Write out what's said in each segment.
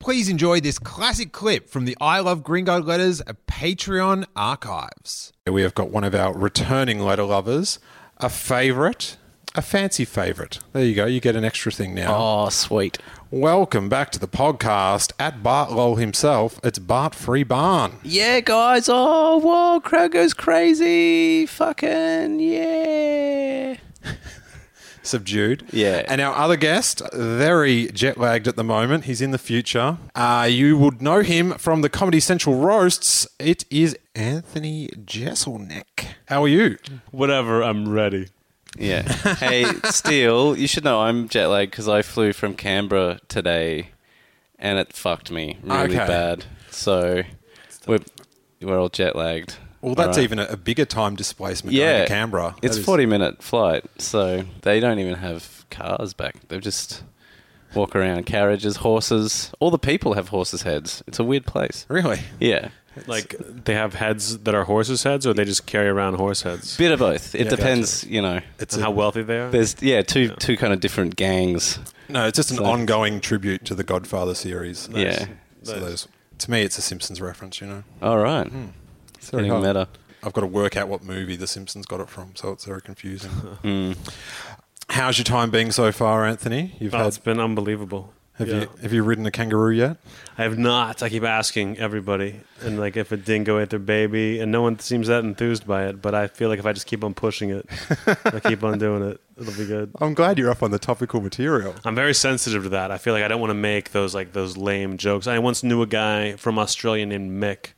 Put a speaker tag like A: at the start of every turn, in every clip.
A: Please enjoy this classic clip from the I Love Gringo Letters Patreon archives. We have got one of our returning letter lovers, a favourite, a fancy favourite. There you go, you get an extra thing now.
B: Oh, sweet.
A: Welcome back to the podcast at Bart Lowell himself. It's Bart Free Barn.
B: Yeah, guys. Oh, whoa, crowd goes crazy. Fucking yeah.
A: subdued.
B: Yeah.
A: And our other guest, very jet lagged at the moment. He's in the future. Uh, you would know him from the Comedy Central roasts. It is Anthony Jesselneck. How are you?
C: Whatever, I'm ready.
B: Yeah. hey, Steele, you should know I'm jet lagged because I flew from Canberra today, and it fucked me really
A: Okay.
B: bad. So we're we're all jet lagged.
A: Well, that's
B: All right.
A: even a, a bigger time displacement
B: yeah
A: going to Canberra.
B: It's
A: That is-
B: 40 minute flight, so they don't even have cars back. They just walk around carriages, horses. All the people have horses' heads. It's a weird place.
A: Really?
B: Yeah.
C: Like they have heads that are horses' heads, or they just carry around horse heads.
B: Bit of both. It
A: Yeah,
B: depends, you know.
A: It's
C: and
A: a,
C: how wealthy they are. Oh,
B: There's yeah, two two kind of different gangs.
A: no, it's just an
B: So-
A: ongoing tribute to the Godfather series.
B: Yeah.
A: So
C: Nice.
A: those, to me, it's a Simpsons reference, you know?
B: All right.
A: Hmm.
B: It's
A: very
B: getting
A: hot.
B: meta.
A: I've got to work out what movie The Simpsons got it from, so it's very confusing.
B: Hmm.
A: How's your time being so far, Anthony? You've
C: Oh,
A: had
C: it's been unbelievable.
A: Have
C: Yeah.
A: you have you ridden a kangaroo yet?
C: I have not. I keep asking everybody, and like if a dingo ate their baby, and no one seems that enthused by it. But I feel like if I just keep on pushing it, I keep on doing it. It'll be good.
A: I'm glad you're up on the topical material.
C: I'm very sensitive to that. I feel like I don't want to make those like those lame jokes. I once knew a guy from Australia named Mick,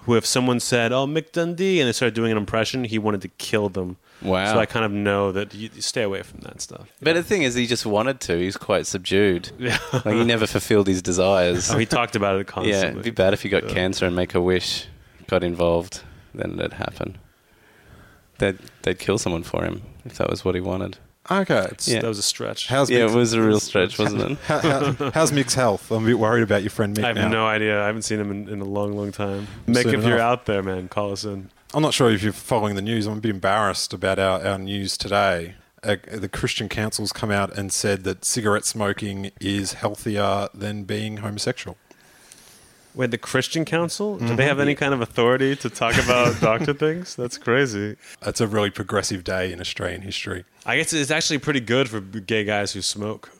C: who if someone said, "Oh, Mick Dundee," and they started doing an impression, he wanted to kill them.
B: Wow.
C: So I kind of know that you, you stay away from that stuff.
B: But the thing is, he just wanted to. He's quite subdued. like he never fulfilled his desires.
C: Oh, he talked about it
B: yeah, it'd
C: constantly.
B: be bad if he got cancer and make a wish, got involved, then it'd happen. They'd they'd kill someone for him if that was what he wanted.
A: Okay.
B: Yeah.
C: That was a stretch.
A: How's
B: Yeah,
A: Mick's,
B: it was a real stretch, wasn't it?
A: how, how- how's Mick's health? I'm a bit worried about your friend Mick
C: I have
A: now.
C: no idea. I haven't seen him in, in a long, long time. Mick,
A: Soon
C: if you're
A: enough.
C: out there, man, call us in.
A: I'm not sure if you're following the news. I'm a bit embarrassed about our, our news today. Uh, the Christian Council's come out and said that cigarette smoking is healthier than being homosexual.
C: Wait, the Christian Council?
B: Mm-hmm.
C: Do they have any kind of authority to talk about doctor things? That's crazy.
A: It's a really progressive day in Australian history.
C: I guess it's actually pretty good for gay guys who smoke.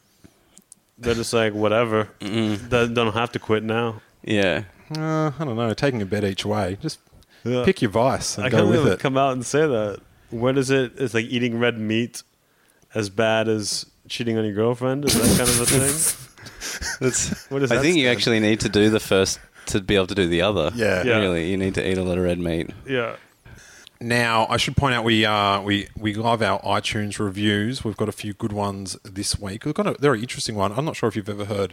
C: They're just like, whatever. They don't have to quit now.
B: Yeah.
A: Uh, I don't know. Taking a bet each way. Just
C: Yeah.
A: pick your vice and
C: I
A: go
C: can't
A: with
C: believe
A: it.
C: it. come out and say that. What is it? It's like eating red meat as bad as cheating on your girlfriend? Is that kind of a thing?
B: That's,
C: What does
B: I
C: that
B: think you
C: stand?
B: actually need to do the first to be able to do the other.
A: Yeah.
C: Yeah.
B: Really, you need to eat a lot of red meat.
C: Yeah.
A: Now, I should point out we uh, we we love our iTunes reviews. We've got a few good ones this week. We've got a very interesting one. I'm not sure if you've ever heard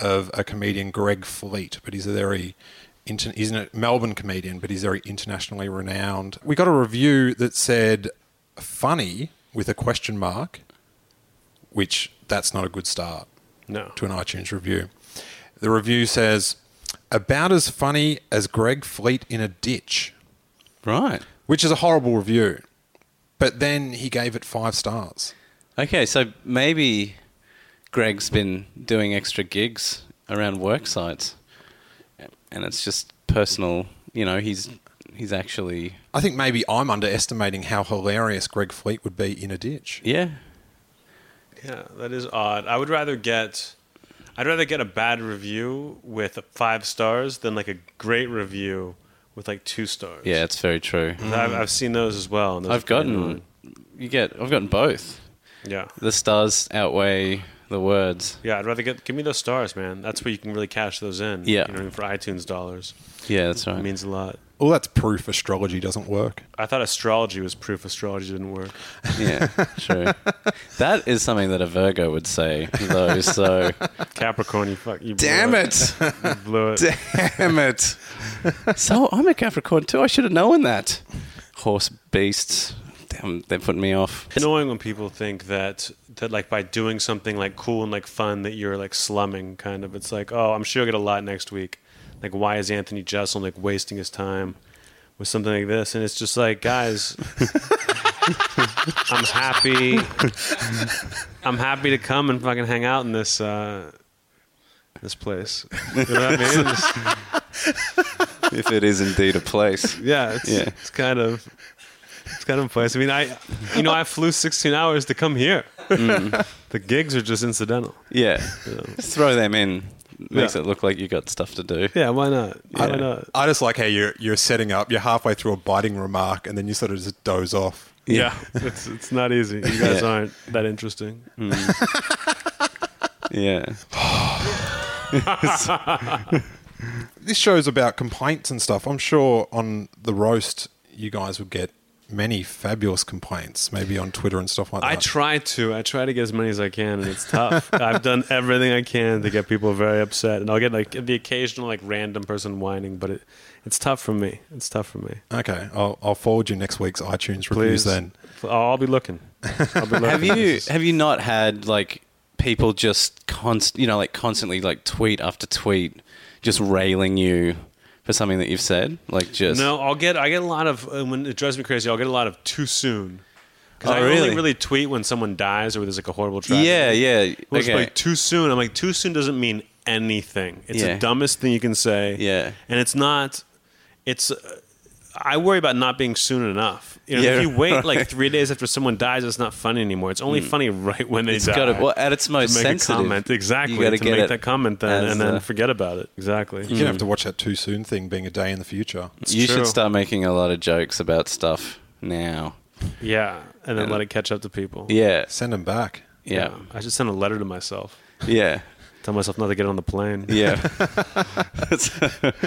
A: of a comedian Greg Fleet, but he's a very inter- he's a Melbourne comedian, but he's very internationally renowned. We got a review that said "funny" with a question mark, which that's not a good start
C: No.
A: to an iTunes review. The review says about as funny as Greg Fleet in a ditch
B: Right.
A: which is a horrible review. But then he gave it five stars.
B: Okay, so maybe Greg's been doing extra gigs around work sites, and it's just personal. You know, he's he's actually
A: I think maybe I'm underestimating how hilarious Greg Fleet would be in a ditch.
B: yeah.
C: Yeah, that is odd. I would rather get I'd rather get a bad review with five stars than like a great review with like two stars.
B: Yeah, it's very true.
C: I've, I've seen those as well. and those
B: I've
C: are pretty
B: gotten
C: annoying.
B: you get I've gotten both.
C: yeah.
B: The stars outweigh the words.
C: Yeah, I'd rather get give me those stars, man. That's where you can really cash those in.
B: Yeah.
C: you know, what I mean? for iTunes dollars,
B: Yeah, that's
C: it
B: right.
C: means a lot.
A: Well, that's proof astrology doesn't work.
C: I thought astrology was proof astrology didn't work.
B: yeah, true. That is something that a Virgo would say, though. So
C: Capricorn, you fuck, you
B: damn
C: blew
B: it,
C: You blew it.
B: damn it. So I'm a Capricorn too. I should have known that. Horse beasts. Damn, they're putting me off.
C: It's annoying when people think that that like by doing something like cool and like fun that you're like slumming kind of. It's like, oh, I'm sure I'll get a lot next week. Like why is Anthony Jesselnick like wasting his time with something like this? And it's just like, guys, I'm happy I'm happy to come and fucking hang out in this uh This place. You know what I mean? It's-
B: if it is indeed a place.
C: yeah, it's,
B: Yeah.
C: it's kind of it's kind of a place. I mean, I you know I flew 16 hours to come here. the gigs are just incidental.
B: Yeah. Just throw them in. Makes
C: Yeah.
B: it look like you got stuff to do.
C: Yeah, why not?
A: I
C: Why
A: don't know.
C: not?
A: I just like how you're you're setting up. You're halfway through a biting remark, and then you sort of just doze off.
C: Yeah, it's it's not easy. You guys
B: Yeah.
C: aren't that interesting.
B: Yeah.
A: This show's about complaints and stuff. I'm sure on the roast, you guys would get many fabulous complaints, maybe on Twitter and stuff like
C: I
A: that.
C: try to. I try to get as many as I can, and it's tough. I've done everything I can to get people very upset, and I'll get like the occasional like random person whining, but it it's tough for me. It's tough for me.
A: okay, I'll, I'll forward you next week's iTunes reviews
C: Please,
A: then.
C: I'll be looking. I'll be looking.
B: have you
C: This is-
B: have you not had like people just const you know like constantly like tweet after tweet just railing you for something that you've said like just
C: No, I'll get I get a lot of uh, when it drives me crazy. I'll get a lot of too soon. Because
B: Oh,
C: I
B: really?
C: only really tweet when someone dies or there's like a horrible tragedy.
B: yeah yeah
C: Which
B: okay.
C: like too soon. I'm like too soon doesn't mean anything. It's
B: Yeah.
C: the dumbest thing you can say.
B: Yeah.
C: and it's not. It's. uh, I worry about not being soon enough. You know,
B: Yeah,
C: if you wait like
B: right. Mm.
C: three days after someone dies, it's not funny anymore. It's only funny right when they
B: it's
C: die.
B: got to well at its most
C: to make
B: sensitive
C: a comment exactly.
B: you got
C: to
B: get
C: make
B: it
C: that comment
B: as
C: then,
B: Mm.
C: and then
B: the-
C: forget about it. Exactly.
A: You don't have to watch that too soon thing being a day in the future.
B: you
C: true.
B: should start making a lot of jokes about stuff now
C: Yeah, and then
B: And-
C: let it catch up to people.
B: yeah
A: Send them back.
B: yeah
C: I should send a letter to myself.
B: yeah
C: Tell myself not to get on the plane.
B: yeah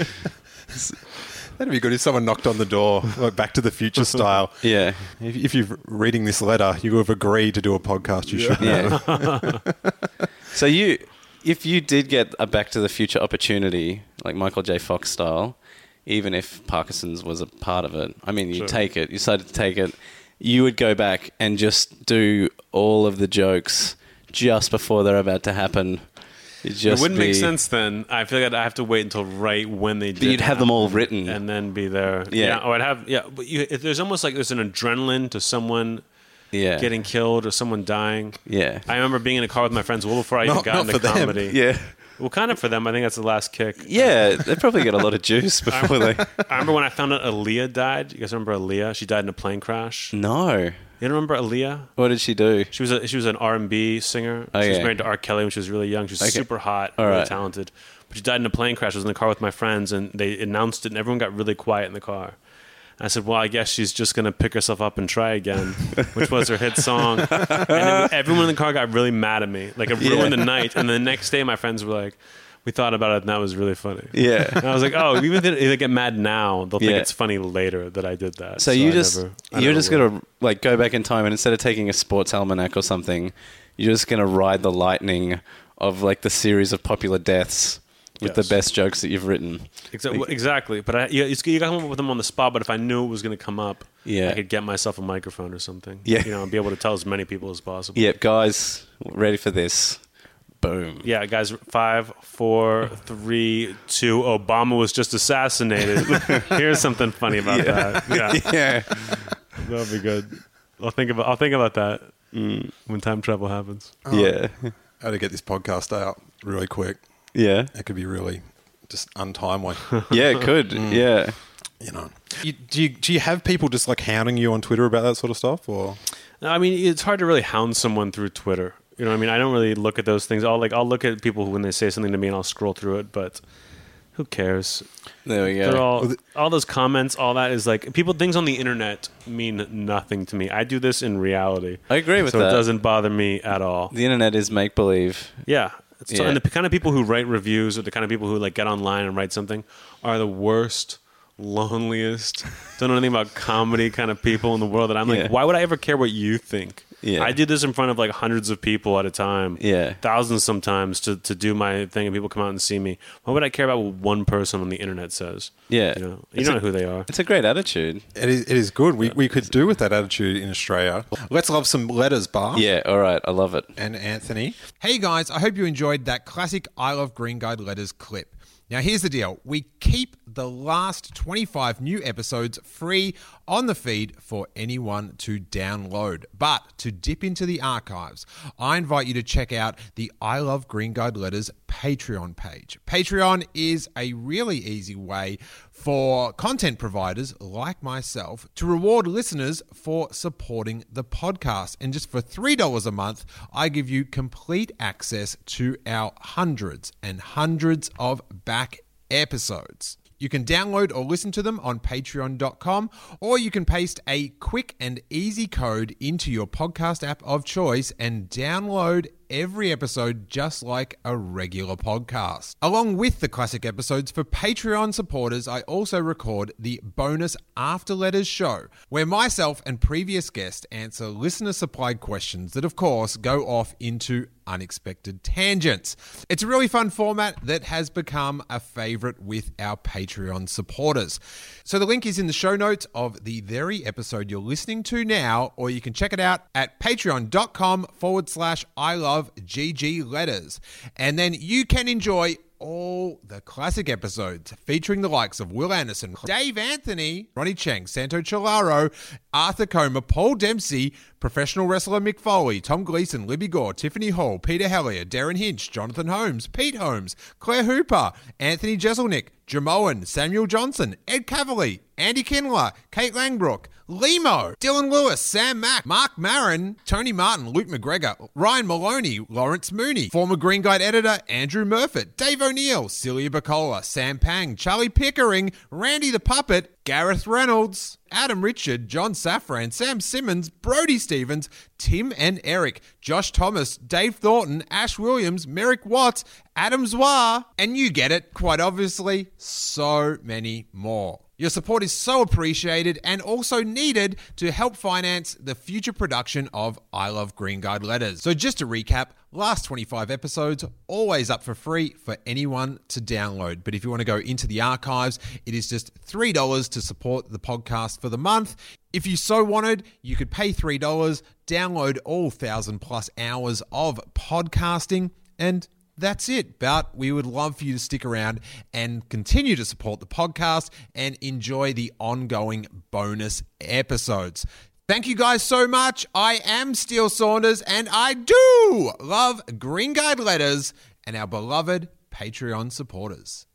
A: That'd be good if someone knocked on the door, like Back to the Future style.
B: yeah
A: If, if you're reading this letter, you have agreed to do a podcast. You should.
B: yeah so you if you did get a back to the future opportunity like michael j fox style even if parkinson's was a part of it i mean you
C: Sure.
B: take it you decided to take it you would go back and just do all of the jokes just before they're about to happen It'd
C: It
B: just
C: wouldn't
B: be-
C: make sense then. I feel like I have to wait until right when they
B: but
C: did.
B: you'd have them all written
C: and then be there.
B: Yeah.
C: or I'd have yeah. But you, if there's almost like there's an adrenaline to someone
B: yeah
C: getting killed or someone dying.
B: yeah
C: I remember being in a car with my friends well before I even
A: Not-
C: got
A: not
C: into
A: for them.
C: comedy.
B: yeah
C: Well, kind of for them. I think that's the last kick.
B: yeah they probably get a lot of juice before they
C: I remember when I found out Aaliyah died. You guys remember Aaliyah? She died in a plane
B: Mm.
C: crash. You
B: no
C: don't remember Aaliyah?
B: what did she do
C: She was a, she was an R and B singer. She was
B: Okay.
C: married to R. Kelly when she was really young. She was super hot,
B: Oh, All
C: really
B: right.
C: talented. But she died in a plane crash. I was in the car with my friends, and they announced it, and everyone got really quiet in the car. And I said, "Well, I guess she's just gonna pick herself up and try again," which was her hit song. And then everyone in the car got really mad at me, like it ruined the night. And the next day, my friends were like, "We thought about it, and that was really funny."
B: yeah
C: And I was like, "Oh, even if they get mad now, they'll
B: Yeah.
C: think it's funny later that I did that."
B: So, you
C: I
B: just
C: never- I
B: you're
C: never
B: just
C: will.
B: gonna like go back in time, and instead of taking a sports almanac or something, you're just gonna ride the lightning of like the series of popular deaths with
C: Yes.
B: the best jokes that you've written.
C: Exactly. exactly. But I, you, it's- you got to come up with them on the spot. But if I knew it was going to come up,
B: Yeah.
C: I could get myself a microphone or something.
B: Yeah.
C: You know, and be able to tell as many people as possible.
B: Yep, guys, ready for this? Boom.
C: Yeah, guys, five, four, three, two. Obama was just assassinated. Here's something funny about that. Yeah,
B: Yeah,
C: that'll be good. I'll think about I'll think about that when time travel happens.
B: yeah,
A: How to get this podcast out really quick?
B: yeah,
A: It could be really just untimely.
B: yeah. It could.
C: Mm.
B: Yeah.
A: you know. You, do you do you have people just like hounding you on Twitter about that sort of stuff, or
C: I mean, it's hard to really hound someone through Twitter. You know, what I mean, I don't really look at those things. I'll like I'll look at people when they say something to me, and I'll scroll through it. But who cares?
B: There we
C: They're
B: go.
C: all all those comments, all that is like people. Things on the internet mean nothing to me. I do this in reality.
B: I agree with
C: so
B: that.
C: it doesn't bother me at all.
B: the internet is make believe.
C: Yeah. It's
B: Yeah.
C: and the kind of people who write reviews or the kind of people who like get online and write something are the worst, loneliest, don't know anything about comedy kind of people in the world. That I'm like,
B: Yeah.
C: why would I ever care what you think?
B: Yeah.
C: I do this in front of like hundreds of people at a time.
B: Yeah.
C: Thousands sometimes to, to do my thing and people come out and see me. Why would I care about what one person on the internet says?
B: Yeah.
C: You know, you
B: It's
C: don't
B: a-
C: know who they are.
B: It's a great attitude.
A: it is, it is good. We, we could do with that attitude in Australia. Let's love some letters, Bar.
B: Yeah. All right. I love it.
A: And Anthony,
D: Hey guys, I hope you enjoyed that classic I Love Green Guide Letters clip. Now, here's the deal we keep the last 25 new episodes free on the feed for anyone to download. But to dip into the archives, I invite you to check out the I Love Green Guide Letters Patreon page. Patreon is a really easy way for content providers like myself to reward listeners for supporting the podcast. And just for $3 a month, I give you complete access to our hundreds and hundreds of back episodes. You can download or listen to them on patreon.com, or you can paste a quick and easy code into your podcast app of choice and download every episode just like a regular podcast. Along with the classic episodes for Patreon supporters, I also record the bonus After Letters show, where myself and previous guests answer listener supplied questions that, of course, go off into unexpected tangents. It's a really fun format that has become a favorite with our Patreon supporters. So the link is in the show notes of the very episode you're listening to now, or you can check it out at patreon.com forward slash I love GG letters. And then you can enjoy all the classic episodes featuring the likes of Will Anderson, Dave Anthony, Ronnie Chang, Santo Chilaro, Arthur Comer, Paul Dempsey, professional wrestler Mick Foley, Tom Gleason, Libby Gore, Tiffany Hall, Peter Hellier, Darren Hinch, Jonathan Holmes, Pete Holmes, Claire Hooper, Anthony Jeselnik, Jamoan, Samuel Johnson, Ed Cavalier, Andy Kindler, Kate Langbrook, Limo, Dylan Lewis, Sam Mack, Mark Marin, Tony Martin, Luke McGregor, Ryan Maloney, Lawrence Mooney, former Green Guide editor Andrew Murfitt, Dave O'Neill, Celia Bacola, Sam Pang, Charlie Pickering, Randy the Puppet, Gareth Reynolds, Adam Richard, John Safran, Sam Simmons, Brody Stevens, Tim and Eric, Josh Thomas, Dave Thornton, Ash Williams, Merrick Watts, Adam Zwar, and you get it, quite obviously, so many more. Your support is so appreciated and also needed to help finance the future production of I Love Green Guide Letters. So, just to recap, last 25 episodes, always up for free for anyone to download. But if you want to go into the archives, it is just $3 to support the podcast for the month. If you so wanted, you could pay $3, download all 1,000 plus hours of podcasting, and that's it. But we would love for you to stick around and continue to support the podcast and enjoy the ongoing bonus episodes. Thank you guys so much. I am Steele Saunders and I do love Green Guide Letters and our beloved Patreon supporters.